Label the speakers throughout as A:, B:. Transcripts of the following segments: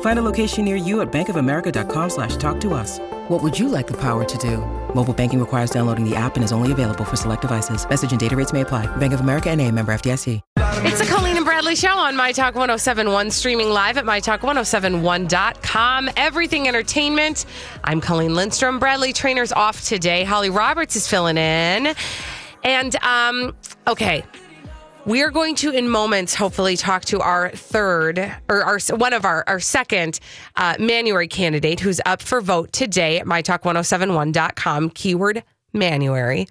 A: Find a location near you at bankofamerica.com slash talk to us. What would you like the power to do? Mobile banking requires downloading the app and is only available for select devices. Message and data rates may apply. Bank of America and a member FDIC.
B: It's the Colleen and Bradley show on My Talk 1071, streaming live at MyTalk1071.com. Everything entertainment. I'm Colleen Lindstrom. Bradley Trainer's off today. Holly Roberts is filling in. And, um, okay. We are going to, in moments, hopefully talk to our third or our one of our, our second uh, manuary candidate who's up for vote today at mytalk1071.com, keyword manuary.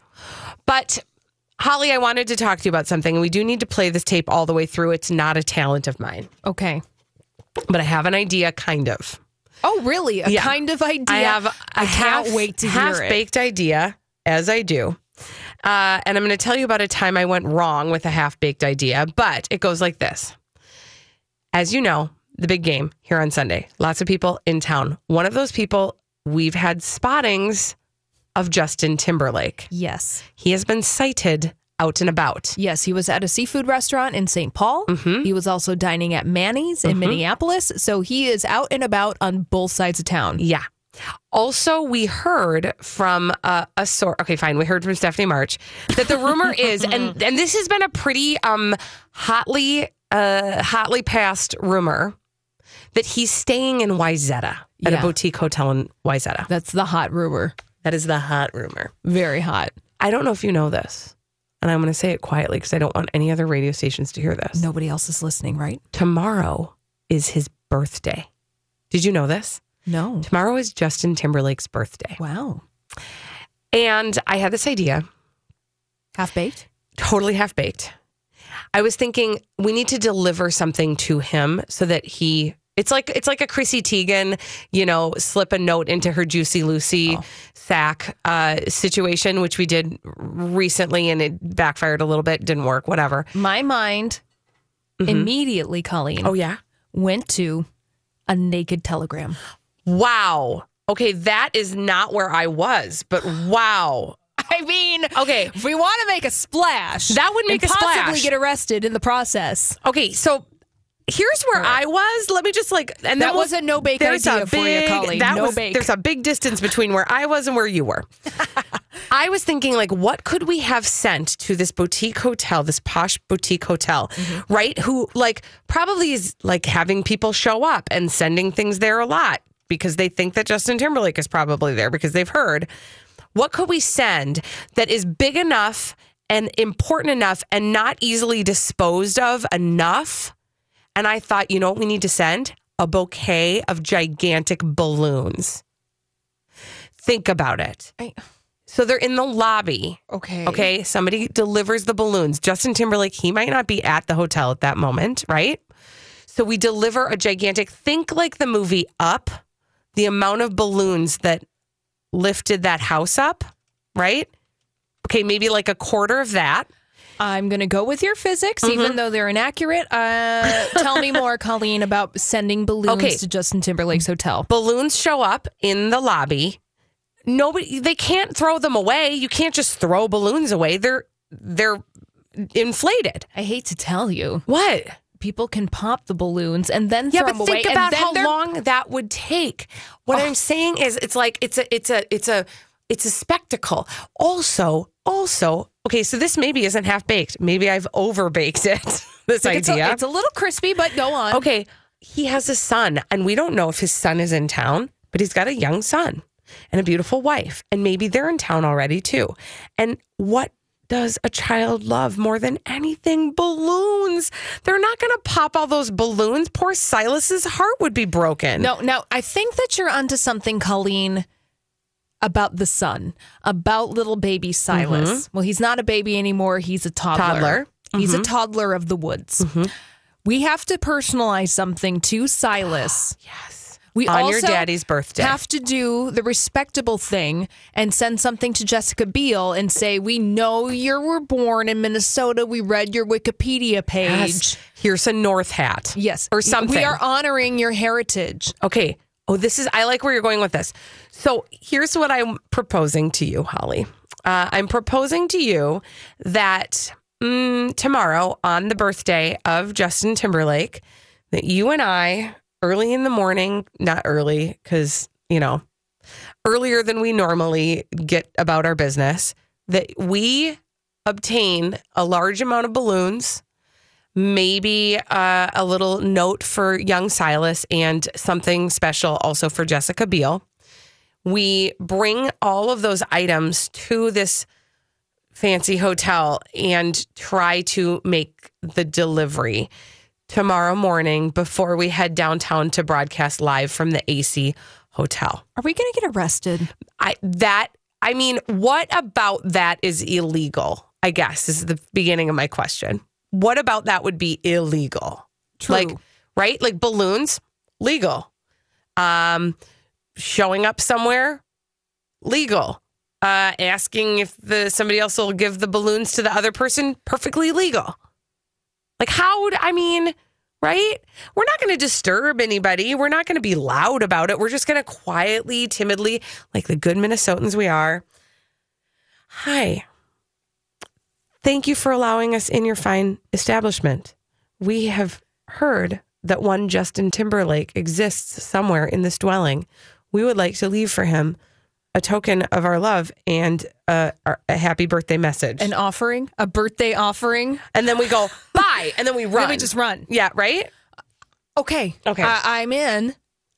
B: But Holly, I wanted to talk to you about something, and we do need to play this tape all the way through. It's not a talent of mine,
C: Okay.
B: but I have an idea, kind of.
C: Oh, really? A
B: Yeah.
C: kind of idea.
B: I have a
C: I
B: half,
C: can't wait to hear it.
B: half baked idea, as I do. Uh, and I'm going to tell you about a time I went wrong with a half baked idea, but it goes like this. As you know, the big game here on Sunday, lots of people in town. One of those people, we've had spottings of Justin Timberlake.
C: Yes.
B: He has been sighted out and about.
C: Yes. He was at a seafood restaurant in St. Paul.
B: Mm-hmm.
C: He was also dining at Manny's in Minneapolis. So he is out and about on both sides of town.
B: Yeah. Also, we heard from uh, a source. Okay, fine. We heard from Stephanie March that the rumor is, and and this has been a pretty um hotly uh hotly passed rumor that he's staying in Wyzetta at a
C: Yeah.
B: boutique hotel in Wyzetta.
C: That's the hot rumor.
B: That is the hot rumor.
C: Very hot.
B: I don't know if you know this, and I'm going to say it quietly because I don't want any other radio stations to hear this.
C: Nobody else is listening, right?
B: Tomorrow is his birthday. Did you know this?
C: No.
B: Tomorrow is Justin Timberlake's birthday.
C: Wow.
B: And I had this idea,
C: Half baked?
B: totally half baked. I was thinking we need to deliver something to him so that he it's like it's like a Chrissy Teigen, you know, slip a note into her Juicy Lucy sack uh, situation, which we did recently, and it backfired a little bit, didn't work, whatever.
C: My mind immediately, Colleen,
B: Mm-hmm. Oh, yeah,
C: went to a naked telegram.
B: wow. Okay, that is not where I was, but wow.
C: I mean,
B: Okay,
C: if we want to make a splash,
B: That would make
C: and
B: a splash.
C: Possibly get arrested in the process.
B: okay, so. Here's where I was. Let me just like, and then
C: That
B: we'll-
C: was a no bake idea for you, Colleen.
B: That
C: no
B: was,
C: bake.
B: There's a big distance between where I was and where you were. I was thinking, like, what could we have sent to this boutique hotel, this posh boutique hotel, right? Who, like, probably is like having people show up and sending things there a lot because they think that Justin Timberlake is probably there because they've heard. What could we send that is big enough and important enough and not easily disposed of enough? And I thought, you know what we need to send? A bouquet of gigantic balloons. Think about it.
C: I-
B: So they're in the lobby.
C: okay.
B: Okay. Somebody delivers the balloons. Justin Timberlake, he might not be at the hotel at that moment, right? So we deliver a gigantic, think like the movie Up, the amount of balloons that lifted that house up, right? Okay. Maybe like a quarter of that.
C: I'm gonna go with your physics, even though they're inaccurate. Uh, tell me more, Colleen, about sending balloons
B: Okay.
C: to Justin Timberlake's hotel.
B: balloons show up in the lobby. Nobody they can't throw them away. You can't just throw balloons away. They're they're inflated.
C: I hate to tell you,
B: What?
C: people can pop the balloons and then
B: Yeah,
C: throw
B: but
C: them away.
B: think
C: and
B: about
C: then
B: how
C: they're-
B: long that would take. What I'm saying is it's like it's a it's a it's a it's a spectacle. Also, also, okay, so this maybe isn't half baked. Maybe I've over baked it. This
C: Like, it's a-
B: idea.
C: It's a, little crispy, but go on.
B: Okay, he has a son, and we don't know if his son is in town, but he's got a young son and a beautiful wife, and maybe they're in town already too. And what does a child love more than anything? Balloons. They're not going to pop all those balloons. Poor Silas's heart would be broken.
C: No, now I think that you're onto something, Colleen, about the son, about little baby Silas. Well, he's not a baby anymore. He's a toddler.
B: Mm-hmm. Toddler. Mm-hmm.
C: He's a toddler of the woods. We have to personalize something to Silas.
B: Yes.
C: We
B: On your
C: also
B: daddy's birthday.
C: have to do the respectable thing and send something to Jessica Biel and say, "We know you were born in Minnesota. We read your Wikipedia page.
B: Yes. Here's a North hat.
C: Yes.
B: Or something.
C: We are honoring your heritage.
B: Okay. Oh, this is, I like where you're going with this. So here's what I'm proposing to you, Holly. Uh, I'm proposing to you that mm, tomorrow, on the birthday of Justin Timberlake, that you and I, early in the morning, not early, because, you know, earlier than we normally get about our business, that we obtain a large amount of balloons maybe uh, a little note for young Silas and something special also for Jessica Biel. We bring all of those items to this fancy hotel and try to make the delivery tomorrow morning before we head downtown to broadcast live from the AC hotel.
C: Are we going to get arrested?
B: I that I mean, what about that is illegal? I guess is the beginning of my question. What about that would be illegal?
C: True.
B: Like right? Like balloons, legal. Um showing up somewhere, legal. Uh asking if the somebody else will give the balloons to the other person, perfectly legal. Like how would I mean, right? We're not going to disturb anybody. We're not going to be loud about it. We're just going to quietly, timidly, like the good Minnesotans we are. Hi. Thank you for allowing us in your fine establishment. We have heard that one Justin Timberlake exists somewhere in this dwelling. We would like to leave for him a token of our love and uh, our- a happy birthday message.
C: An
B: And,
C: offering, a birthday offering.
B: then we go, bye. And then we run.
C: Then we just run.
B: Yeah, right?
C: Okay.
B: Okay.
C: I, I'm in.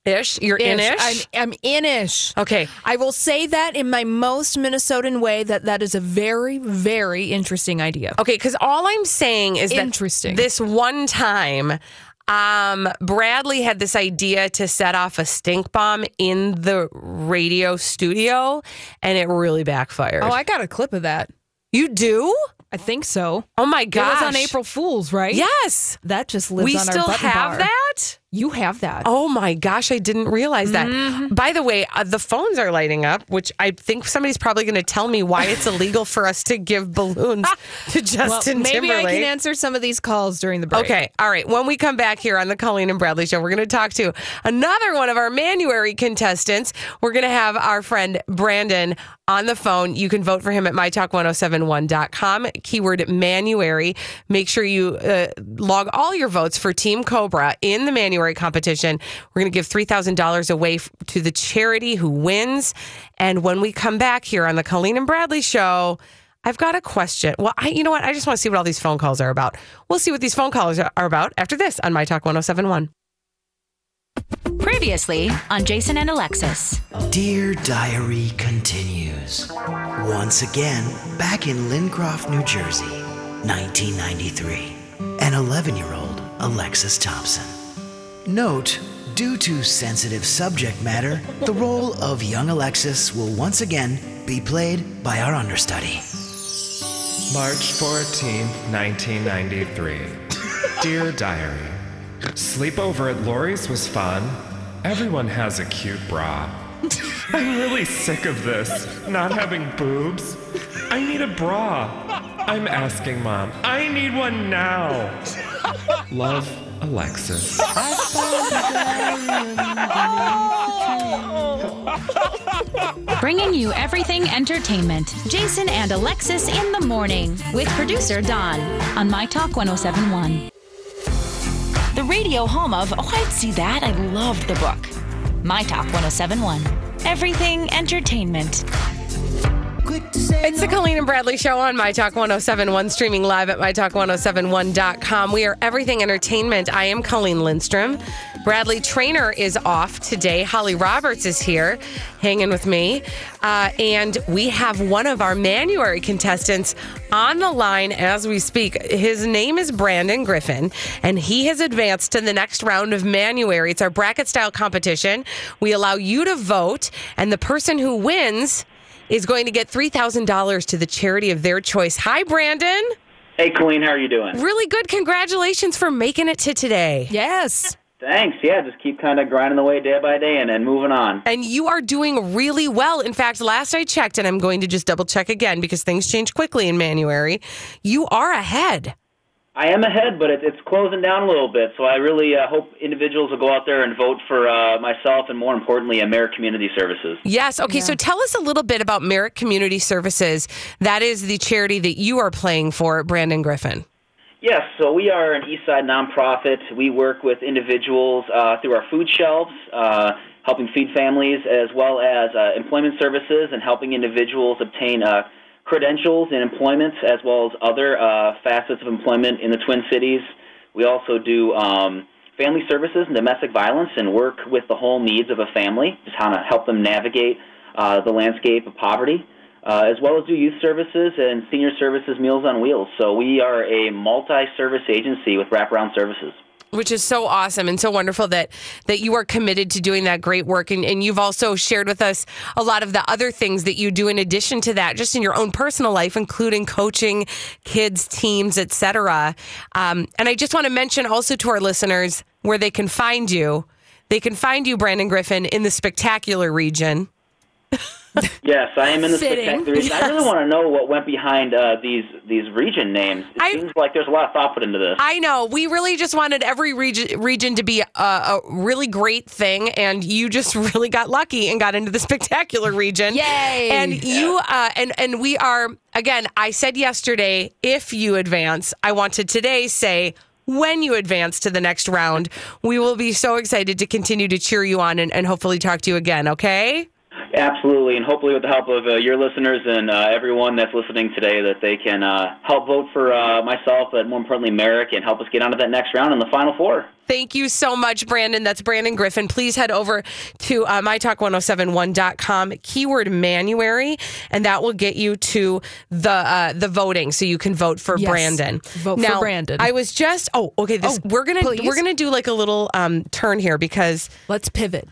B: Ish. You're in ish.
C: I'm, I'm in-ish.
B: okay.
C: I will say that in my most Minnesotan way that that is a very, very interesting idea.
B: Okay, because all I'm saying is that
C: Interesting.
B: this one time, um, Bradley had this idea to set off a stink bomb in the radio studio, and it really backfired.
C: Oh, I got a clip of that.
B: you do?
C: I think so.
B: Oh my
C: That
B: gosh!
C: was on April Fool's, right?
B: Yes,
C: That just lives
B: we
C: on our
B: still
C: button
B: have
C: bar.
B: that.
C: You have that.
B: Oh my gosh, I didn't realize that.
C: Mm-hmm.
B: By the way, uh, the phones are lighting up, which I think somebody's probably going to tell me why it's illegal for us to give balloons to
C: well,
B: Justin
C: maybe
B: Timberlake.
C: I can answer some of these calls during the break.
B: Okay. All right. When we come back here on the Colleen and Bradley show, we're going to talk to another one of our Manuary contestants. We're going to have our friend Brandon on the phone. You can vote for him at mytalk1071.com, keyword Manuary. Make sure you uh, log all your votes for Team Cobra in the Manuary competition. We're going to give $3,000 away f- to the charity who wins. And when we come back here on the Colleen and Bradley show, I've got a question. Well, I, you know what? I just want to see what all these phone calls are about. We'll see what these phone calls are are about after this on My Talk 1071.
D: Previously on Jason and Alexis.
E: Dear Diary continues. Once again, back in Lincroft, New Jersey, 1993, an 11 year old Alexis Thompson. Note, due to sensitive subject matter, the role of young Alexis will once again be played by our understudy.
F: March 14th, 1993. Dear Diary, sleepover at Lori's was fun. Everyone has a cute bra. I'm really sick of this, not having boobs. I need a bra. I'm asking mom. I need one now. Love, Alexis.
D: Bringing you everything entertainment. Jason and Alexis in the morning with producer Don on My Talk 1071. The radio home of, oh, I'd see that. I loved the book. My Talk 1071. Everything entertainment.
B: It's the Colleen and Bradley show on My Talk 1071, streaming oh live at MyTalk1071.com. We are everything entertainment. I am Colleen Lindstrom. Bradley Trainer is off today. Holly Roberts is here, hanging with me, uh, and we have one of our Manuary contestants on the line as we speak. His name is Brandon Griffin, and he has advanced to the next round of Manuary. It's our bracket style competition. We allow you to vote, and the person who wins is going to get three thousand dollars to the charity of their choice. Hi, Brandon.
G: Hey, Colleen, how are you doing?
B: Really good. Congratulations for making it to today.
C: Yes.
G: Thanks. Yeah, just keep kind of grinding away day by day and then moving on.
B: And you are doing really well. In fact, last I checked, and I'm going to just double check again because things change quickly in Manuary, you are ahead.
G: I am ahead, but it, it's closing down a little bit, so I really uh, hope individuals will go out there and vote for uh, myself and, more importantly, American Community Services.
B: Yes. Okay. So tell us a little bit about Merrick Community Services. That is the charity that you are playing for, Brandon Griffin.
G: Yes, so we are an Eastside nonprofit. We work with individuals uh, through our food shelves, uh, helping feed families, as well as uh, employment services and helping individuals obtain uh, credentials and employment, as well as other uh, facets of employment in the Twin Cities. We also do um, family services and domestic violence and work with the whole needs of a family, just how to help them navigate uh, the landscape of poverty uh, as well as do youth services and senior services Meals on Wheels. So we are a multi-service agency with wraparound services.
B: which is so awesome and so wonderful that that you are committed to doing that great work and, and you've also shared with us a lot of the other things that you do in addition to that just in your own personal life including coaching kids teams etc um, and i just want to mention also to our listeners where they can find you they can find you brandon griffin in the spectacular region
G: Yes, I am in the
C: Fitting.
G: spectacular. I really want to know what went behind uh, these these region names. It
B: I-
G: seems like there's a lot of thought put into this.
B: I know. We really just wanted every region region to be a, a really great thing, and you just really got lucky and got into the spectacular region.
C: Yay.
B: And you uh, and and we are again. I said yesterday, if you advance, I want to today say. When you advance to the next round, we will be so excited to continue to cheer you on and, and hopefully talk to you again, okay?
G: Absolutely, and hopefully with the help of uh, your listeners and uh, everyone that's listening today, that they can uh, help vote for uh, myself, but more importantly, Merrick, and help us get onto that next round in the final four.
B: Thank you so much, Brandon. That's Brandon Griffin. Please head over to uh, mytalk1071.com, keyword manuary, and that will get you to the uh, the voting, so you can vote for
C: Yes.
B: Brandon.
C: Vote for
B: now,
C: Brandon.
B: I was just oh okay. This
C: Oh,
B: we're gonna
C: please.
B: we're gonna do like a little um, turn here because
C: Let's pivot.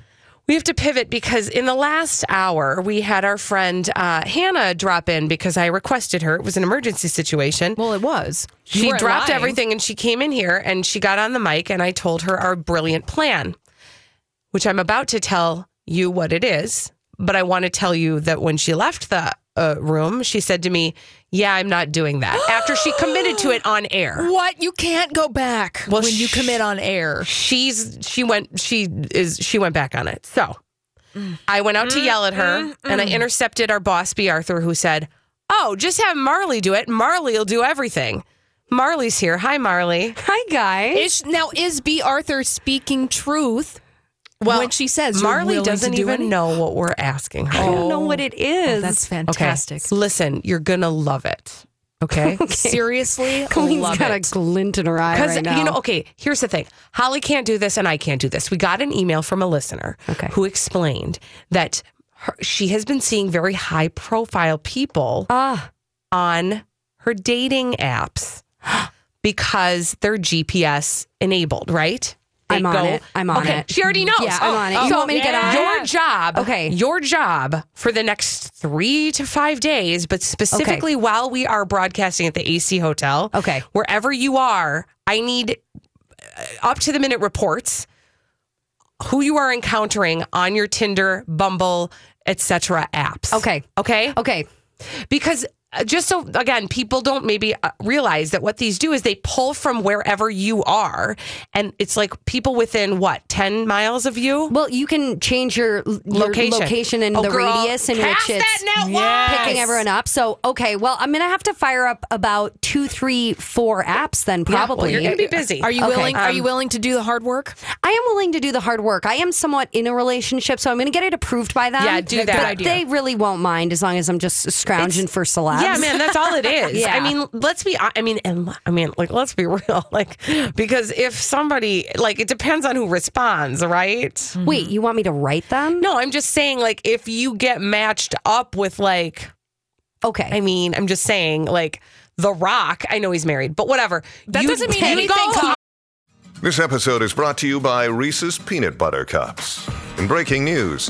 B: we have to pivot because in the last hour we had our friend uh, Hannah drop in because I requested her. It was an emergency situation.
C: Well, it was. You
B: She
C: weren't
B: dropped
C: lying.
B: everything and she came in here and she got on the mic and I told her our brilliant plan, which I'm about to tell you what it is. But I want to tell you that when she left the uh, room, she said to me, Yeah, I'm not doing that. After she committed to it on air.
C: What? You can't go back
B: Well,
C: when you
B: sh-
C: commit on air.
B: She's she went she is she went back on it. So
C: Mm.
B: I went out to yell at her
C: Mm-hmm.
B: and I intercepted our boss B Arthur who said, "Oh, just have Marley do it. Marley'll do everything." Marley's here. Hi Marley.
H: Hi, guys.
C: Is, now, is B. Arthur speaking truth when she says you're
B: Marley
C: willing to
B: doesn't
C: do
B: even
C: anything?
B: know what we're asking her.
H: I don't know what it is.
C: That's
B: Okay.
C: fantastic.
B: Listen, you're gonna love it. Okay.
C: Seriously,
H: Colleen's
C: love
H: got
C: it.
H: a glint in her eye
B: Because
H: right now.
B: you know, okay. Here's the thing: Holly can't do this, and I can't do this. We got an email from a listener
H: Okay.
B: who explained that her, she has been seeing very high-profile people
H: ah,
B: on her dating apps because they're GPS enabled, right?
H: I'm on it. I'm on
B: okay,
H: it.
B: She already knows.
H: Yeah, I'm on it. You
B: so
H: want me to get on?
B: Your job.
H: Okay.
B: Your job for the next three to five days, but specifically while we are broadcasting at the AC Hotel.
H: Okay.
B: Wherever you are, I need uh, up to the minute reports who you are encountering on your Tinder, Bumble, etc. apps.
H: Okay.
B: Okay
H: okay.
B: because uh, just so again people don't maybe uh, realize that what these do is they pull from wherever you are and it's like people within what 10 miles of you
H: Well, you can change your l- your
B: Location.
H: location and
B: Oh,
H: the
B: girl,
H: radius in
B: cast
H: which
B: that
H: it's
B: net wide.
H: picking everyone up. So, okay. Well, I'm gonna have to fire up about two, three, four apps then
B: well,
H: probably.
B: you're gonna be busy
C: Are you
H: Okay.
C: willing? are
B: Um,
C: you willing to do the hard work?
H: I am willing to do the hard work. I am somewhat in a relationship, so I'm going to get it approved by them.
B: Yeah, do
H: But
B: that. Good idea.
H: They really won't mind as long as I'm just scrounging for celebs. jobs.
B: Yeah, man, that's all it is.
H: Yeah.
B: I mean, let's be. I mean, and I mean, like, let's be real. Like, because if somebody, like, it depends on who responds, right?
C: Hmm.
H: Wait, you want me to write them?
B: No, I'm just saying, like, if you get matched up with, like,
H: Okay.
B: I mean, I'm just saying, like, The Rock. I know he's married, but whatever.
C: That doesn't mean
B: you
C: anything,
B: Go,
C: Colin.
I: This episode is brought to you by Reese's Peanut Butter Cups. In breaking news,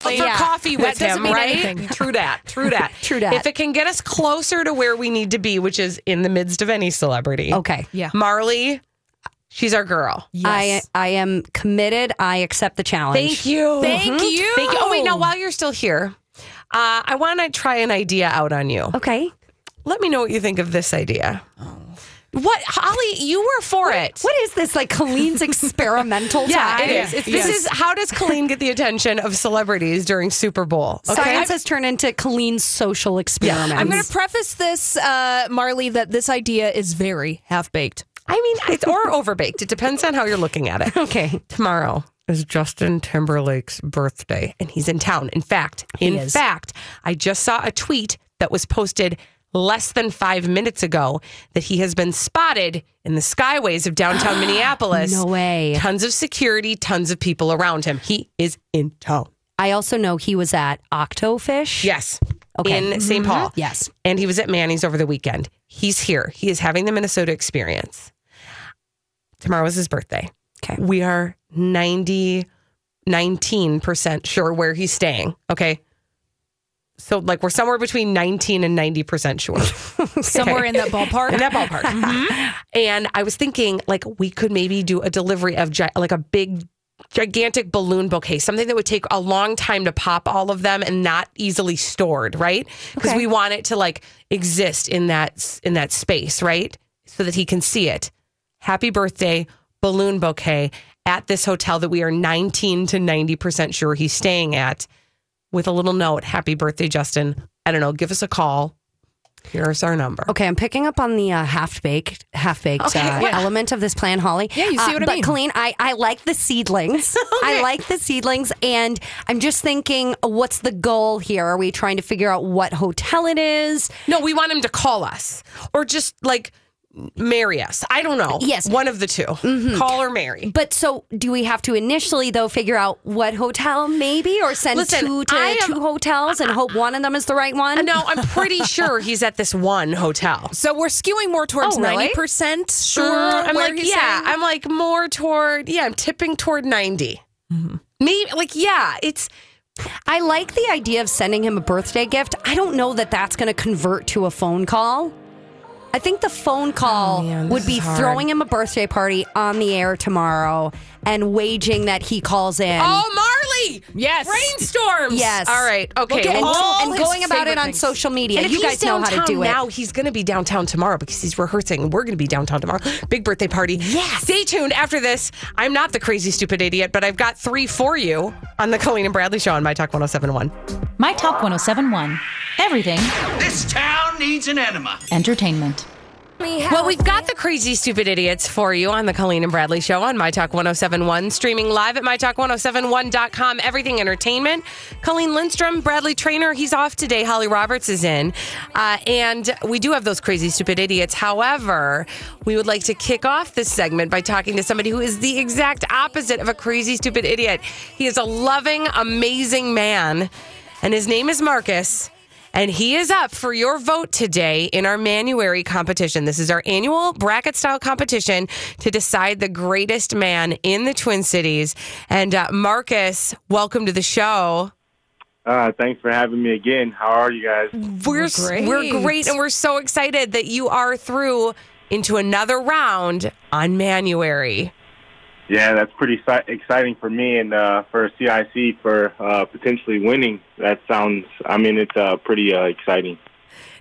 B: for
H: Yeah.
B: coffee
C: That
B: with
C: doesn't
B: him,
C: mean
B: right?
C: anything.
B: True that. True that.
H: True dat.
B: If it can get us closer to where we need to be, which is in the midst of any celebrity.
H: Okay.
C: Yeah.
B: Marley, she's our girl.
H: I I am committed. I accept the challenge.
B: Thank you.
C: Thank
B: Mhm.
C: you.
B: Thank you. Oh, wait, now while you're still here, uh, I want to try an idea out on you.
H: Okay.
B: Let me know what you think of this idea. What, Holly, you were for it.
H: What is this like Colleen's experimental
B: Yeah,
H: time?
B: it is. It's, this is how does Colleen get the attention of celebrities during Super Bowl?
H: Science has turned into Colleen's social experiment.
C: I'm going to preface this, uh, Marley, that this idea is very half baked.
B: I mean, it's or overbaked. It depends on how you're looking at it.
H: Okay.
B: Tomorrow is Justin Timberlake's birthday, and he's in town. In fact, in
H: is.
B: fact, I just saw a tweet that was posted less than five minutes ago that he has been spotted in the skyways of downtown Minneapolis.
H: No way.
B: Tons of security, tons of people around him. He is in town.
H: I also know he was at Octofish.
B: Yes.
H: Okay. Mm-hmm.
B: In St. Paul.
H: Yes.
B: And he was at Manny's over the weekend. He's here. He is having the Minnesota experience. Tomorrow is his birthday.
H: Okay.
B: We are 90, 19% sure where he's staying. Okay. So, like, we're somewhere between 19 and 90% sure.
C: Somewhere in that ballpark. Mm-hmm.
B: In that ballpark. And I was thinking, like, we could maybe do a delivery of gi- like a big, gigantic balloon bouquet, something that would take a long time to pop all of them and not easily stored, right? Because
H: Okay.
B: we want it to like exist in that s- in that space, right? So that he can see it. Happy birthday balloon bouquet at this hotel that we are 19 to 90% sure he's staying at with a little note, happy birthday Justin. I don't know, give us a call. Here's our number.
H: Okay, I'm picking up on the uh, half baked, half baked
B: Okay,
H: uh,
B: yeah.
H: element of this plan, Holly.
C: Yeah, you see
H: Uh,
C: what I
H: but
C: mean.
H: Colleen, I, I like the seedlings. I like the seedlings, and I'm just thinking, what's the goal here? Are we trying to figure out what hotel it is?
B: No, we want him to call us or just like marry us. I don't know.
H: Yes. Mm-hmm.
B: One of the 2 Call or marry.
H: But so, do we have to initially though figure out what hotel maybe, or send
B: Listen,
H: two to
B: I am-
H: two hotels and hope one of them is the right one?
B: No, I'm pretty sure he's at this one hotel.
C: So we're skewing more towards
H: Oh, really? Uh,
C: 90% sure.
B: Mm, I'm
C: where
B: like,
C: he's
B: yeah,
C: saying-
B: I'm like more toward, yeah, I'm tipping toward 90.
H: Mm-hmm.
B: Maybe, like, yeah, it's,
H: I like the idea of sending him a birthday gift. I don't know that that's going to convert to a phone call. I think the
C: Oh,
H: phone call
B: man,
H: would
B: this
H: be
B: is hard.
H: throwing him a birthday party on the air tomorrow and waging that he calls in.
B: oh, Marley!
C: Yes.
B: Brainstorms!
H: Yes.
B: All right, okay.
H: and,
B: all
H: and
B: his
H: going about it
B: favorite
H: on
B: things.
H: social media.
B: And if
H: you
B: he's
H: guys know how to
B: downtown
H: do it.
B: Now he's going to be downtown tomorrow because he's rehearsing. We're going to be downtown tomorrow. Big birthday party. Yeah. Stay tuned after this. I'm not the crazy stupid idiot, but I've got three for you on the Colleen and Bradley show on My Talk 1071.
D: My Talk 1071. Everything
E: This town needs an enema.
D: entertainment.
B: Well, we've got the crazy stupid idiots for you on the Colleen and Bradley show on My Talk 1071, streaming live at mytalk1071.com, everything entertainment. Colleen Lindstrom, Bradley Trainer, he's off today. Holly Roberts is in. Uh, and we do have those crazy stupid idiots. However, we would like to kick off this segment by talking to somebody who is the exact opposite of a crazy stupid Um, idiot. He is a loving, amazing man, and his name is Marcus. And he is up for your vote today in our manuary competition. This is our annual bracket style competition to decide the greatest man in the Twin Cities. And uh, Marcus, welcome to the show.
J: Uh, thanks for having me again. How are you guys?
B: We're s- we're great, and we're so excited that you are through into another round on Manuary.
J: Yeah, that's pretty si- exciting for me and uh, for CIC for uh, potentially winning. That sounds. I mean, it's uh, pretty uh, exciting.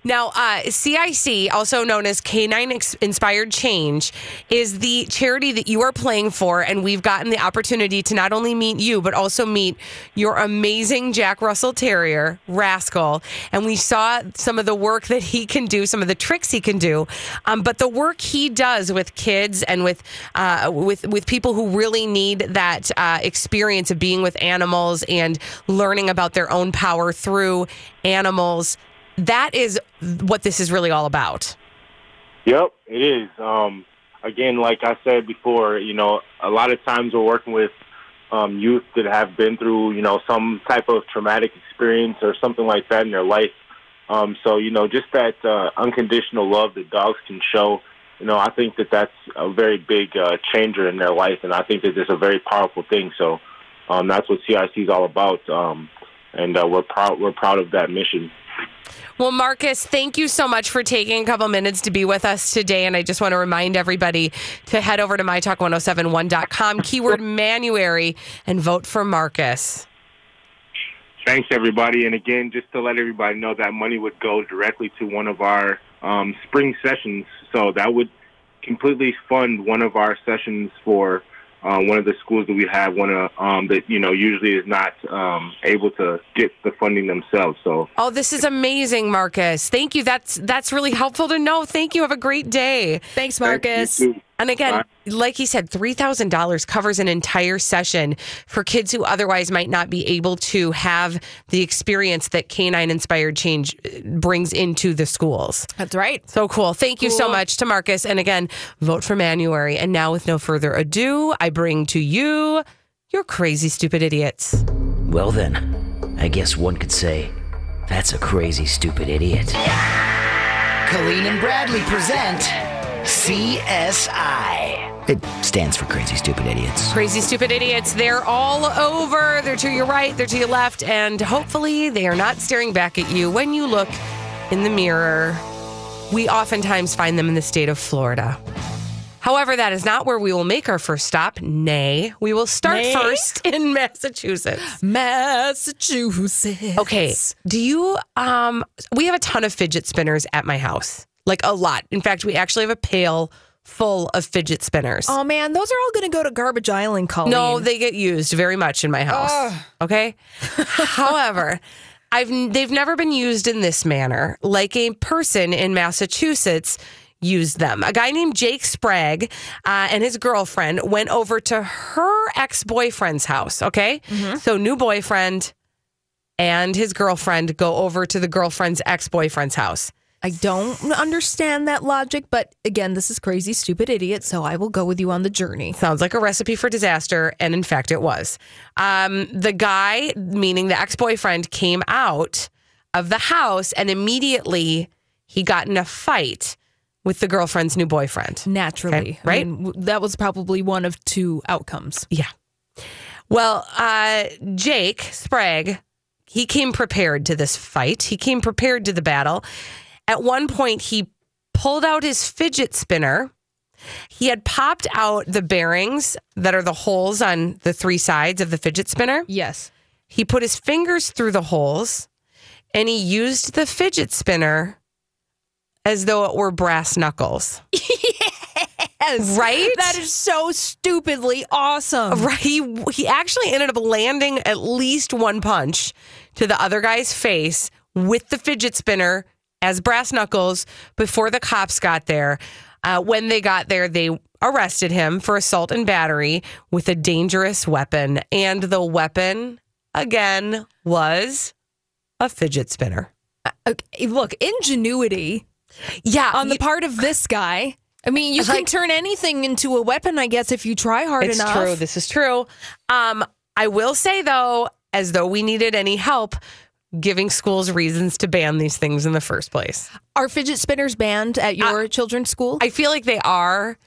B: Now, uh, CIC, also known as Canine Ex- Inspired Change, is the charity that you are playing for, and we've gotten the opportunity to not only meet you, but also meet your amazing Jack Russell Terrier, Rascal. And we saw some of the work that he can do, some of the tricks he can do, um, but the work he does with kids and with uh, with with people who really need that uh, experience of being with animals and learning about their own power through animals that is what this is really all about.
J: Yep, it is. Um, again, like I said before, you know, a lot of times we're working with um, youth that have been through, you know, some type of traumatic experience or something like that in their life. Um, so, you know, just that uh, unconditional love that dogs can show, you know, I think that that's a very big uh, changer in their life, and I think that it's a very powerful thing. So, um, that's what CIC is all about, um, and uh, we're proud. We're proud of that mission.
B: Well, Marcus, thank you so much for taking a couple minutes to be with us today. And I just want to remind everybody to head over to mytalk1071.com, keyword manuary, and vote for Marcus.
J: Thanks, everybody. And again, just to let everybody know, that money would go directly to one of our um, spring sessions. So that would completely fund one of our sessions for uh, one of the schools that we have, one of, um, that you know usually is not um, able to get the funding themselves. So
B: Oh, this is amazing, Marcus. Thank you. That's that's really helpful to know. Thank you. Have a great day.
C: Thanks, Marcus.
J: you too.
B: And again,
J: Bye.
B: like he said, $3,000 covers an entire session for kids who otherwise might not be able to have the experience that Canine Inspired Change uh, brings into the schools.
C: That's right.
B: So cool. Thank you so much to Marcus. And again, vote for Manuary. And now, with no further ado, I bring to you your crazy, stupid idiots.
E: Well, then, I guess one could say that's a crazy, stupid idiot. Colleen and Bradley present CSI. It stands for Crazy, Stupid Idiots.
B: Crazy, stupid idiots. They're all over. They're to your right, they're to your left. And hopefully, they are not staring back at you when you look in the mirror. We oftentimes find them in the state of Florida. However, that is not where we will make our first stop. Nay, we will start
C: Nay?
B: first in Massachusetts.
C: Massachusetts.
B: Okay. Do you um we have a ton of fidget spinners at my house. Like a lot. In fact, we actually have a pail full of fidget spinners.
C: Oh man, those are all going to go to garbage island, Colleen.
B: No, they get used very much in my house. Okay. However, I've n- they've never been used in this manner. Like a person in Massachusetts used them. A guy named Jake Sprague uh, and his girlfriend went over to her ex boyfriend's house. Okay, so new boyfriend and his girlfriend go over to the girlfriend's ex boyfriend's house.
C: I don't understand that logic, but again, this is crazy, stupid idiot. So I will go with you on the journey.
B: Sounds like a recipe for disaster. And in fact, it was. Um, the guy, meaning the ex boyfriend, came out of the house and immediately he got in a fight with the girlfriend's new boyfriend.
C: Naturally,
B: Okay, right?
C: I mean, w- that was probably one of two outcomes.
B: Yeah. Well, uh, Jake Sprague, he came prepared to this fight. He came prepared to the battle. At one point, he pulled out his fidget spinner. He had popped out the bearings that are the holes on the three sides of the fidget spinner.
C: Yes.
B: He put his fingers through the holes and he used the fidget spinner as though it were brass knuckles.
C: Yes.
B: Right?
C: That is so stupidly awesome.
B: Right. He, he actually ended up landing at least one punch to the other guy's face with the fidget spinner as brass knuckles before the cops got there. Uh, when they got there, they arrested him for assault and battery with a dangerous weapon. And the weapon, again, was a fidget spinner.
C: Uh, Okay, look, ingenuity
B: Yeah.
C: on the
B: you-
C: part of this guy. I mean, you can
B: Like-
C: turn anything into a weapon, I guess, if you try hard
B: it's
C: enough.
B: true. This is true. Um, I will say though, as though we needed any help, giving schools reasons to ban these things in the first place.
C: Are fidget spinners banned at
B: Uh,
C: your children's school?
B: I feel like they are.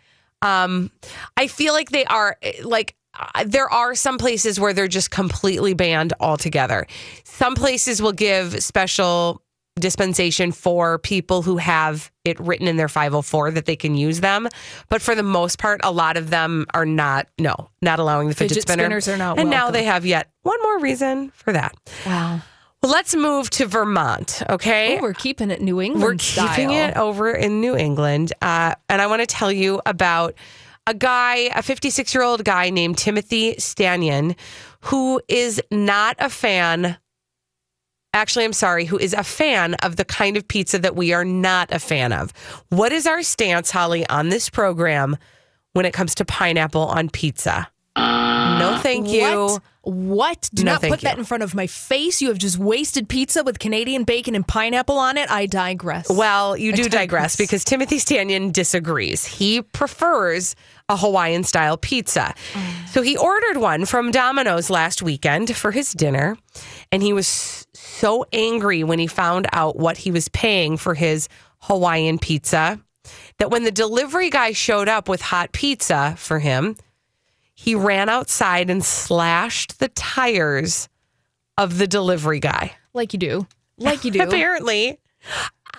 B: Um, I feel like they are like uh, there are some places where they're just completely banned altogether. Some places will give special dispensation for people who have it written in their 504 that they can use them. But for the most part, a lot of them are not, no, not allowing the fidget,
C: Fidget
B: spinner.
C: spinners are not
B: And now
C: welcome.
B: they have yet one more reason for that.
C: Wow.
B: Well, let's move to Vermont, okay?
C: Oh, we're keeping it New England
B: We're
C: style.
B: keeping it over in New England. Uh, and I want to tell you about a guy, a 56 year old guy named Timothy Stanion, who is not a fan. Actually, I'm sorry, who is a fan of the kind of pizza that we are not a fan of. What is our stance, Holly, on this program when it comes to pineapple on pizza? No, thank you.
C: What? What? Do
B: No,
C: not
B: thank
C: put that
B: you.
C: in front of my face. You have just wasted pizza with Canadian bacon and pineapple on it. I digress.
B: Well, you do digress because Timothy Stanion disagrees. He prefers a Hawaiian style pizza. So he ordered one from Domino's last weekend for his dinner, and he was so angry when he found out what he was paying for his Hawaiian pizza that when the delivery guy showed up with hot pizza for him, he ran outside and slashed the tires of the delivery guy.
C: like you do, like you do.
B: Apparently,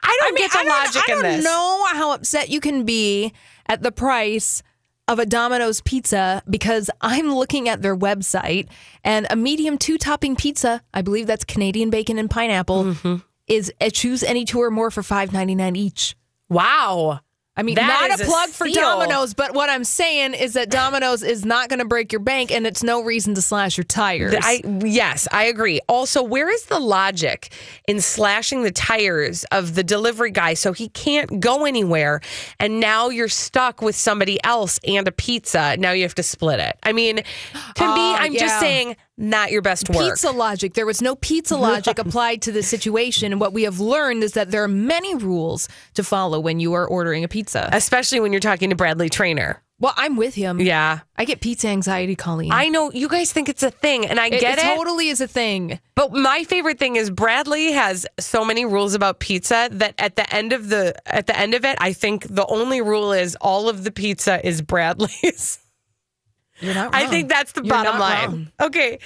B: I don't get the
C: I don't-
B: logic in
C: I don't
B: this.
C: know how upset you can be at the price of a Domino's pizza because I'm looking at their website and a medium two topping pizza, I believe that's Canadian bacon and pineapple,
B: Mm-hmm.
C: is a choose any two or more for five ninety nine each.
B: Wow.
C: I mean,
B: That
C: not
B: is
C: a
B: a
C: plug for
B: steal.
C: Domino's, but what I'm saying is that Domino's is not going to break your bank, and it's no reason to slash your tires.
B: I yes, I agree. Also, where is the logic in slashing the tires of the delivery guy so he can't go anywhere and now you're stuck with somebody else and a pizza. Now you have to split it. I mean, to me,
C: Oh,
B: I'm
C: yeah.
B: just saying not your best work.
C: Pizza logic. There was no pizza logic applied to this situation. And what we have learned is that there are many rules to follow when you are ordering a pizza.
B: Especially when you're talking to Bradley Trainer.
C: Well, I'm with him.
B: Yeah.
C: I get pizza anxiety, Colleen.
B: I know you guys think it's a thing and I
C: it,
B: get it.
C: it totally is a thing.
B: But my favorite thing is Bradley has so many rules about pizza that at the end of the at the end of it, I think the only rule is all of the pizza is Bradley's.
C: You're not
B: I think that's the
C: You're
B: bottom
C: not
B: line.
C: wrong.
B: Okay.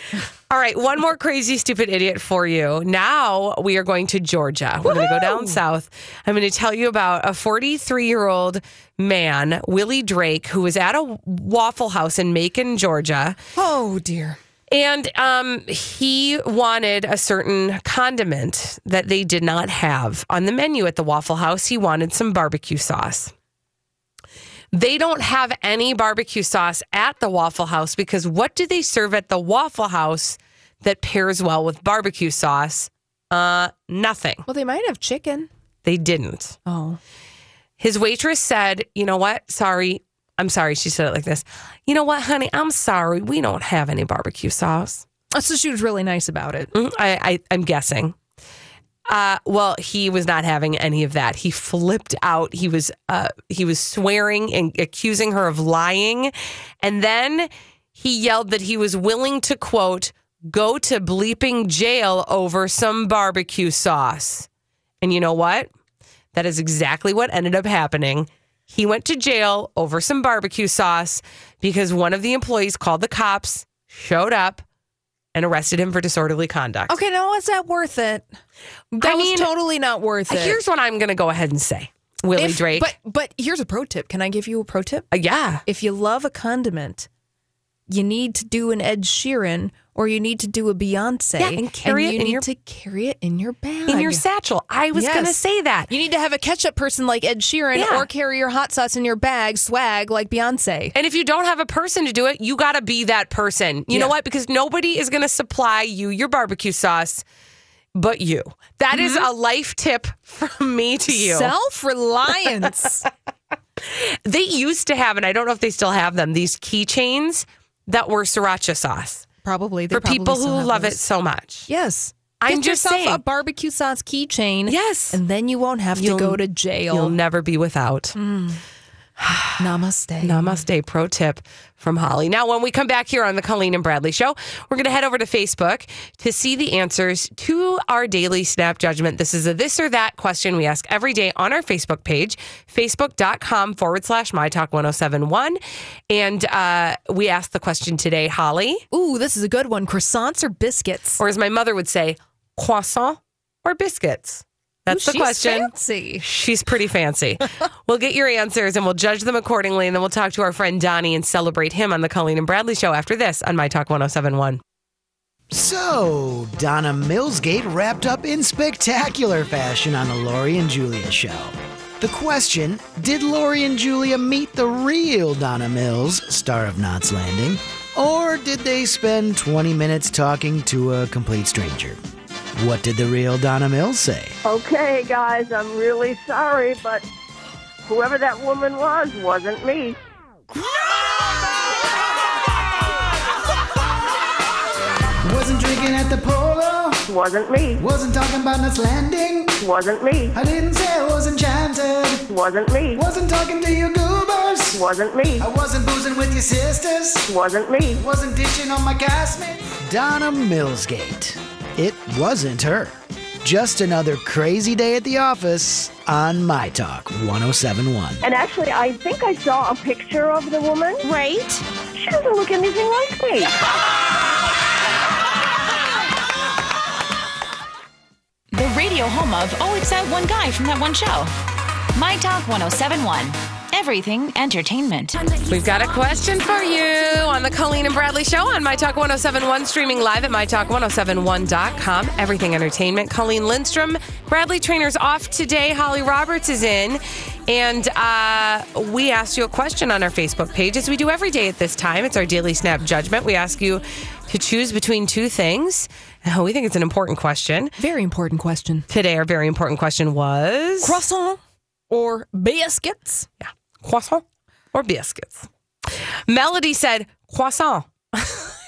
B: All right. One more crazy, stupid idiot for you. Now we are going to Georgia. We're going to go down south. I'm going to tell you about a 43 year old man, Willie Drake, who was at a Waffle House in Macon, Georgia.
C: Oh dear.
B: And um, he wanted a certain condiment that they did not have on the menu at the Waffle House. He wanted some barbecue sauce. They don't have any barbecue sauce at the Waffle House because what do they serve at the Waffle House that pairs well with barbecue sauce? Uh, nothing.
C: Well, they might have chicken.
B: They didn't.
C: Oh.
B: His waitress said, You know what? Sorry. I'm sorry. She said it like this. You know what, honey? I'm sorry. We don't have any barbecue sauce.
C: So she was really nice about it.
B: Mhm. I, I I'm guessing. Uh, well, he was not having any of that. He flipped out. He was uh, he was swearing and accusing her of lying, and then he yelled that he was willing to quote go to bleeping jail over some barbecue sauce. And you know what? That is exactly what ended up happening. He went to jail over some barbecue sauce because one of the employees called the cops, showed up, and arrested him for disorderly conduct.
C: Okay, now was that worth it? That
B: I mean,
C: was totally not worth it.
B: Here's what I'm going to go ahead and say Willie
C: If-
B: Drake.
C: But but here's a pro tip. Can I give you a pro tip?
B: Uh, yeah.
C: if you love a condiment, you need to do an Ed Sheeran or you need to do a Beyonce.
B: Yeah, and carry it
C: you
B: in
C: need
B: your-
C: to carry it in your bag.
B: In your satchel. I was
C: Yes.
B: going to say that.
C: You need to have a ketchup person like Ed Sheeran
B: Yeah.
C: or carry your hot sauce in your bag, swag like Beyonce.
B: And if you don't have a person to do it, you got to be that person. You know
C: Yeah.
B: what? Because nobody is going to supply you your barbecue sauce but you. That is
C: Mm-hmm.
B: a life tip from me to you.
C: Self reliance.
B: they used to have, and I don't know if they still have them, these keychains that were sriracha sauce
C: probably. They
B: for
C: probably
B: people
C: still
B: who
C: have
B: love it
C: those.
B: so much.
C: Yes. Get
B: I'm just
C: yourself
B: saying.
C: a barbecue sauce keychain.
B: Yes.
C: And then you won't have
B: You'll-
C: to go to
B: You'll
C: jail.
B: never be without. Namaste. Namaste. Pro tip from Holly. Now, when we come back here on the Colleen and Bradley show, we're going to head over to Facebook to see the answers to our daily snap judgment. This is a this or that question we ask every day on our Facebook page, facebook.com forward slash my talk 1071. And uh, we asked the question today, Holly.
C: Ooh, this is a good one. Croissants or biscuits?
B: Or as my mother would say, croissant or biscuits? That's
C: Ooh,
B: the
C: she's
B: question.
C: fancy.
B: She's pretty fancy. we'll get your answers and we'll judge them accordingly. And then we'll talk to our friend Donnie and celebrate him on the Colleen and Bradley show after this on My Talk 1071.
E: So, Donna Millsgate wrapped up in spectacular fashion on the Lori and Julia show. The question Did Lori and Julia meet the real Donna Mills, star of Knots Landing, or did they spend 20 minutes talking to a complete stranger? What did the real Donna Mills say?
K: Okay, guys, I'm really sorry, but whoever that woman was wasn't me.
E: Wasn't drinking at the polo.
K: Wasn't me.
E: Wasn't talking about Knots Landing.
K: Wasn't me.
E: I didn't say I was enchanted.
K: Wasn't me.
E: Wasn't talking to you goobers.
K: Wasn't me.
E: I wasn't boozing with your sisters.
K: Wasn't me.
E: Wasn't ditching on my castmates. Donna Millsgate. It wasn't her. Just another crazy day at the office on My Talk 1071.
K: And actually, I think I saw a picture of the woman. Right? She doesn't look anything like me.
D: The radio home of Oh, it's that one guy from that one show. My Talk 1071. Everything entertainment.
B: We've got a question for you on the Colleen and Bradley show on My Talk 1071, streaming live at MyTalk1071.com. Everything Entertainment. Colleen Lindstrom, Bradley Trainer's off today. Holly Roberts is in. And uh, we asked you a question on our Facebook page, as we do every day at this time. It's our daily snap judgment. We ask you to choose between two things. Oh, we think it's an important question.
C: Very important question.
B: Today, our very important question was
C: Croissant or biscuits?
B: Yeah. Croissant or biscuits? Melody said croissant.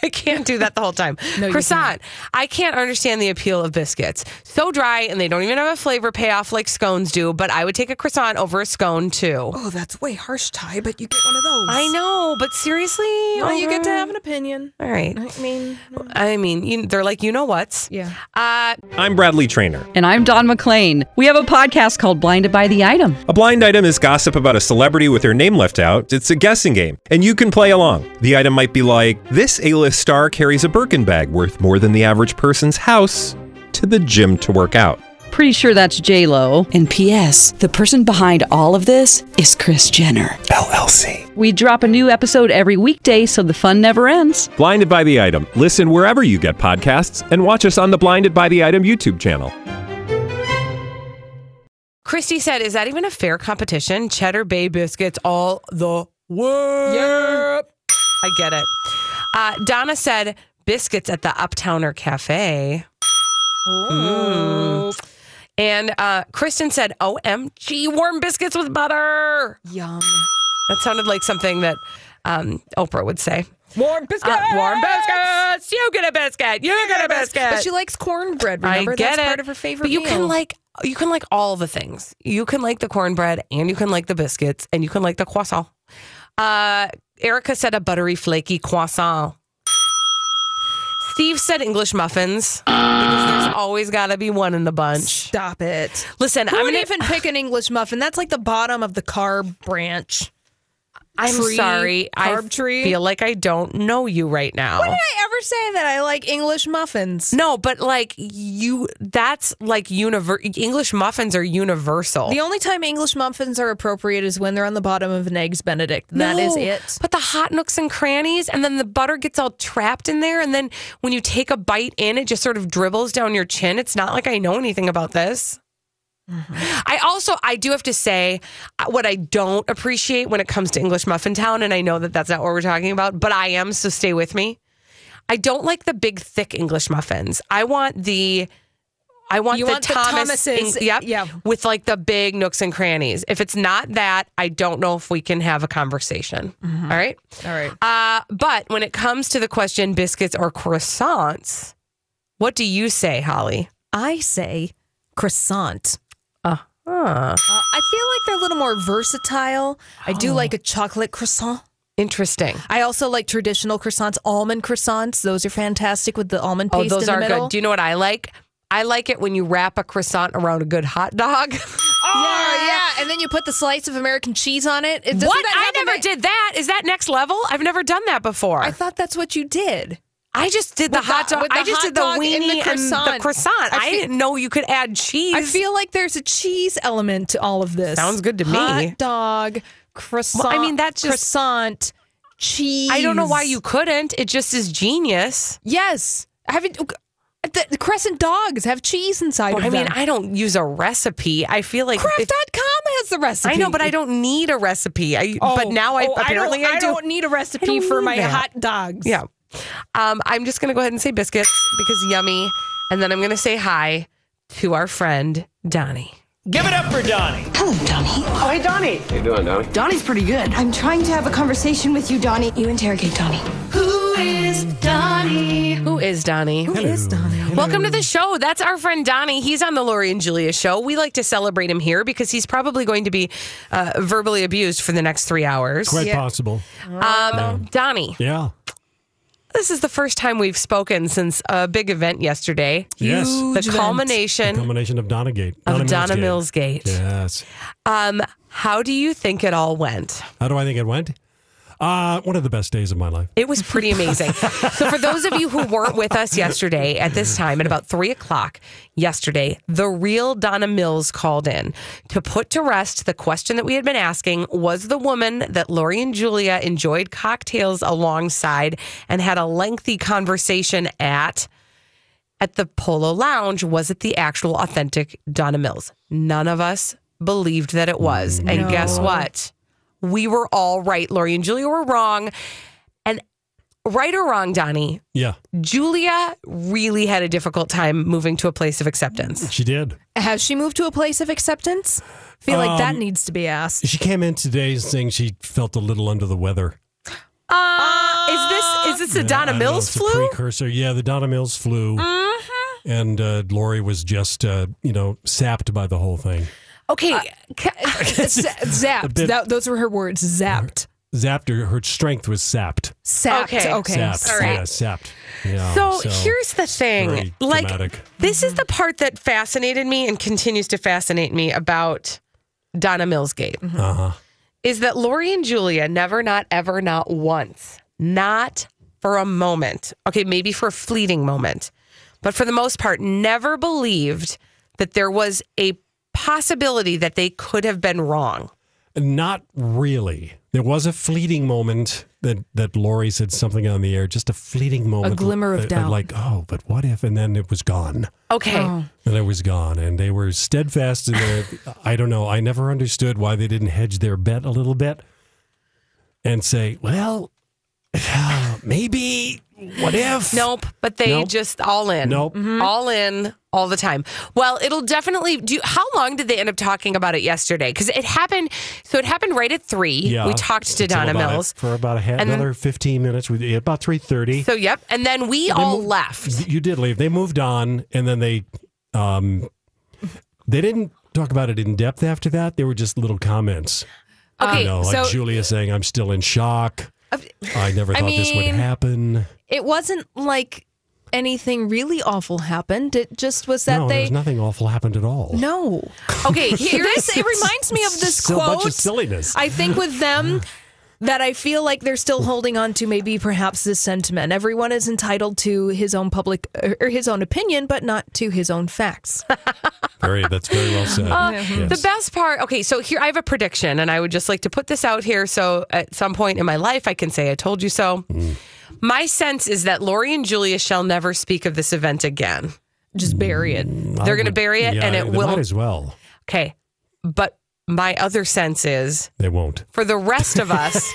B: I can't do that the whole time.
C: you
B: croissant. I can't understand the appeal of biscuits. So dry and they don't even have a flavor payoff like scones do, but I would take a croissant over a scone too.
C: Oh, that's way harsh, Ty, but you get one of those.
B: I know, but seriously,
C: Well, you get to
B: over-
C: have an opinion.
B: All right.
C: I mean,
B: I mean, you, they're like, you know what's?
C: yeah.
B: Uh,
L: I'm Bradley Trainer.
M: And I'm Don McClain. We have a podcast called Blinded by the Item.
L: A blind item is gossip about a celebrity with their name left out. It's a guessing game, and you can play along. The item might be like this A-list star carries a Birkin bag worth more than the average person's house to the gym to work out.
M: Pretty sure that's J Lo. And P.S. The person behind all of this is Chris Jenner LLC. We drop a new episode every weekday, so the fun never ends.
L: Blinded by the item. Listen wherever you get podcasts, and watch us on the Blinded by the Item YouTube channel.
B: Christy said, is that even a fair competition? Cheddar Bay biscuits all the way. I get it. Uh, Donna said, biscuits at the Uptowner Cafe. Mm. And uh, Kristen said, OMG, warm biscuits with butter.
C: Yum.
B: That sounded like something that um, Oprah would say.
C: Warm biscuits.
B: Uh, warm biscuits. You get a biscuit. You get a biscuit.
C: But she likes cornbread. Remember,
B: I get
C: that's
B: it.
C: part of her favorite.
B: But you
C: meal.
B: can like you can like all the things. You can like the cornbread, and you can like the biscuits, and you can like the croissant. Uh, Erica said a buttery, flaky croissant. Steve said English muffins because there's always got to be one in the bunch.
C: Stop it.
B: Listen,
C: Who
B: I'm
C: would
B: gonna,
C: even pick an English muffin? That's like the bottom of the carb branch.
B: I'm
C: tree,
B: sorry. I
C: carb tree?
B: feel like I don't know you right now.
C: When did I ever say that I like English muffins?
B: No, but like you, that's like univer- English muffins are universal.
C: The only time English muffins are appropriate is when they're on the bottom of an eggs Benedict. That is
B: No,
C: it.
B: But the hot nooks and crannies, and then the butter gets all trapped in there. And then when you take a bite in, it just sort of dribbles down your chin. It's not like I know anything about this.
C: Mm-hmm.
B: I also I do have to say uh, what I don't appreciate when it comes to English Muffin Town, and I know that that's not what we're talking about, but I am, so stay with me. I don't like the big thick English muffins. I want the I want
C: You
B: the
C: want the
B: Thomas
C: Thomases,
B: yep,
C: yeah.
B: with like the big nooks and crannies. If it's not that, I don't know if we can have a conversation. All right?
C: Mm-hmm. All right.
B: Uh, but when it comes to the question biscuits or croissants, what do you say, Holly?
C: I say croissant.
B: Uh,
C: Uh, I feel like they're a little more versatile. I do like a chocolate croissant.
B: Oh. Interesting.
C: I also like traditional croissants, almond croissants. Those are fantastic with the almond
B: Oh,
C: paste.
B: those
C: in the
B: are
C: middle.
B: good. Do you know what I like? I like it when you wrap a croissant around a good hot dog.
C: Oh, yeah. And then you put the slice of American cheese on it. it doesn't
B: what?
C: that
B: I
C: happen
B: never
C: to-
B: did that. Is that next level? I've never done that before. I
C: thought that's what you did.
B: I just did the
C: With the-
B: hot dog.
C: with the
B: I just
C: hot
B: did the
C: dog and the
B: weenie and the croissant.
C: croissant. I
B: I,
C: fe-
B: didn't know you could add cheese.
C: I feel like there's a cheese element to all of this.
B: Sounds good to me.
C: Hot dog, croissant.
B: Well, I mean, that's just-
C: croissant, cheese.
B: I don't know why you couldn't. It just is genius.
C: Yes, haven't. The, the crescent dogs have cheese inside
B: Well,
C: of
B: I mean,
C: them.
B: I don't use a recipe. I feel like if-
C: Craft.com has the recipe.
B: I know, but I don't need a recipe. I but now I
C: oh, don't-
B: apparently I,
C: I
B: do.
C: don't need a
B: I
C: recipe
B: don't
C: for
B: need
C: my
B: that.
C: hot dogs.
B: Yeah. Um, I'm just going to go ahead and say biscuits because yummy. And then I'm going to say hi to our friend, Donnie.
N: Give it up for Donnie. Hello, Donnie. Oh, hey, Donnie.
O: How you doing, Donnie?
N: Donnie's pretty good. I'm trying to have a conversation with you, Donnie. You interrogate Donnie. Who is Donnie?
B: Who is Donnie? Who is Donnie? Welcome to the show. That's our friend Donnie. He's on the Lori and Julia show. We like to celebrate him here because he's probably going to be uh, verbally abused for the next three hours.
P: Quite possible.
B: Um, Donnie,
P: Yeah.
B: this is the first time we've spoken since a big event yesterday.
P: yes.
B: The culmination
P: The culmination of Donagate.
B: of
P: Donna
B: Donna
P: Mills
B: Mills Gate.
P: Yes.
B: Um, how do you think it all went?
P: How do I think it went? Uh, one of the best days of my life.
B: It was pretty amazing. so, for those of you who weren't with us yesterday at this time, at about three o'clock yesterday, the real Donna Mills called in to put to rest the question that we had been asking was the woman that Lori and Julia enjoyed cocktails alongside and had a lengthy conversation at at the Polo Lounge was it the actual authentic Donna Mills? None of us believed that it was. And guess what? We were all right. Lori and Julia were wrong. And right or wrong, Donnie,
P: Yeah.
B: Julia really had a difficult time moving to a place of acceptance.
P: She did.
C: Has she moved to a place of acceptance? I feel like that
P: Um,
C: needs to be asked.
P: She came in today's thing. She felt a little under the weather.
B: Uh, is this is this a
P: Yeah, I
B: Donna
P: don't know,
B: Mills
P: it's a
B: flu?
P: precursor. Yeah, the Donna Mills flu. And uh, Lori was just, uh, you know, sapped by the whole thing.
B: Okay,
C: Uh,
P: A
C: zapped.
P: bit-
C: That- those were her words. Zapped.
P: Zapped her. Her strength was sapped.
C: Sapped. Okay.
P: Sapped.
C: All right.
P: Yeah, sapped. Yeah,
B: So, here's the thing.
P: very
B: Like
P: dramatic.
B: this is the part that fascinated me and continues to fascinate me about Donna Mills Gate.
P: Uh huh.
B: is that Lori and Julia never, not ever, not once, not for a moment, okay, maybe for a fleeting moment, but for the most part, never believed that there was a possibility that they could have been wrong.
P: Not really. There was a fleeting moment that that Lori said something on the air, just a fleeting moment,
C: glimmer of
P: Uh, uh,
C: doubt.
P: like oh, but what if? And then it was gone.
B: Okay.
P: And it was gone, and they were steadfast in their. I don't know. I never understood why they didn't hedge their bet a little bit, and say, "Well, maybe what if?"
B: Nope. But they
P: Nope.
B: just all in. Mm-hmm.
P: Nope.
B: All in all the time. Well, it'll definitely do. How long did they end up talking about it yesterday? Because it happened. So it happened right at three. we talked to
P: It's all
B: Donna
P: about it
B: Mills.
P: for about a half,
B: And then-
P: another fifteen minutes. We about three thirty.
B: So, yep. And then we all left.
P: You did leave. They moved on, and then they, um, they didn't talk about it in depth after that. They were just little comments.
C: Okay,
P: you know, like
C: so-
P: Julia saying, "I'm still in shock. I never
C: I
P: thought this would
C: mean-
P: happen."
C: It wasn't like anything really awful happened. It just was that
P: no, there
C: they.
P: was nothing awful happened at all.
C: No. Okay, here- this it reminds me of this
P: So
C: quote.
P: much of silliness.
C: I think with them that I feel like they're still holding on to maybe perhaps this sentiment. Everyone is entitled to his own public or his own opinion, but not to his own facts.
P: Very, that's very well said.
B: Uh,
P: Yes.
B: The best part, okay, so here I have a prediction, and I would just like to put this out here so at some point in my life I can say I told you so.
P: Mm.
B: My sense is that Lori and Julia shall never speak of this event again.
C: Just bury it.
B: They're going to bury it,
P: Mm, Yeah,
B: and it
P: they
B: will.
P: might as well.
B: Okay, but my other sense is
P: They won't.
B: for the rest of us,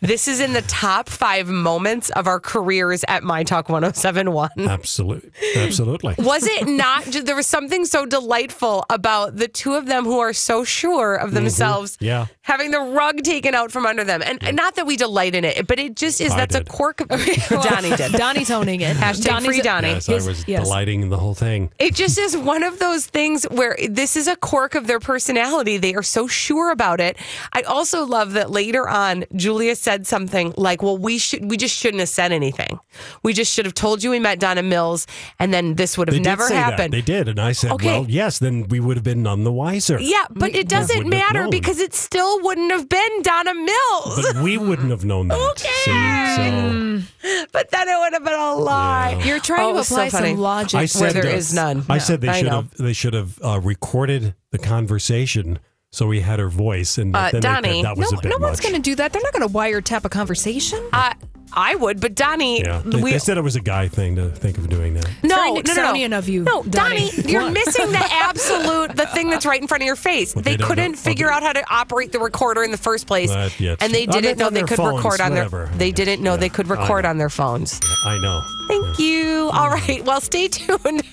B: this is in the top five moments of our careers at My Talk 1071.
P: Absolutely. Absolutely.
B: Was it not? There was something so delightful about the two of them who are so sure of themselves
P: Mm-hmm. Yeah.
B: having the rug taken out from under them. And and not that we delight in it, but it just is
P: I
B: that's
P: did.
B: a quirk of Donnie did.
C: Donnie's owning it.
B: Hashtag free Donnie.
P: Yes, I was delighting in the whole thing.
B: It just is one of those things where this is a quirk of their personality. They are so sure about it. I also love that later on, Julia said something like, "Well, we should, we just shouldn't have said anything. We just should have told you we met Donna Mills, and then this would have
P: They did
B: never
P: say that.
B: happened."
P: They did, and I said,
B: Okay.
P: "Well, yes, then we would have been none the wiser."
B: Yeah, but it doesn't
P: wouldn't have
B: matter
P: known.
B: because it still wouldn't have been Donna Mills.
P: But we wouldn't have known that. see, so-
C: Mm.
B: But then it would have been a lie.
C: You're trying
B: Oh,
C: to
B: it was so
C: apply
B: funny.
C: some logic
P: I
C: where
P: said
C: there
P: that-
C: is none.
P: I said they should
C: know.
P: have they should have uh, recorded the conversation so we had her voice and
C: Uh,
P: then they said
C: Donnie,
P: that was
C: no,
P: a bit
C: no one's
P: much.
C: going to do that. They're not going to wiretap a conversation.
B: I, I would, but Donnie,
P: yeah, they,
B: we,
P: they said it was a guy thing to think of doing that.
B: No,
C: Very
B: no, no,
C: Nixonian
B: no.
C: of you,
B: No, Donnie,
C: Donnie.
B: you're
C: What?
B: missing the absolute, the thing that's right in front of your face.
P: Well,
B: they
P: they don't know-
B: couldn't figure out how to operate the recorder in the first place,
P: That- yeah,
B: and they
P: true. Oh,
B: didn't
P: they're
B: know
P: on
B: they
P: their
B: could
P: phones,
B: record on
P: whatever.
B: their. They didn't know they could
P: I
B: record
P: know. Mm-hmm.
B: on their phones.
P: I know.
B: Thank you. All right. Well, stay tuned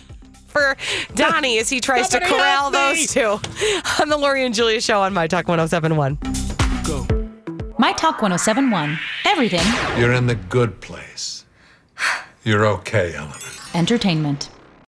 B: for Donnie as he tries to
N: Somebody
B: corral
N: help me.
B: those two on the Lori and Julia show on My Talk 1071.
D: Go. My Talk 1071. Everything
O: You're in the good place. You're okay, Ellen.
D: entertainment.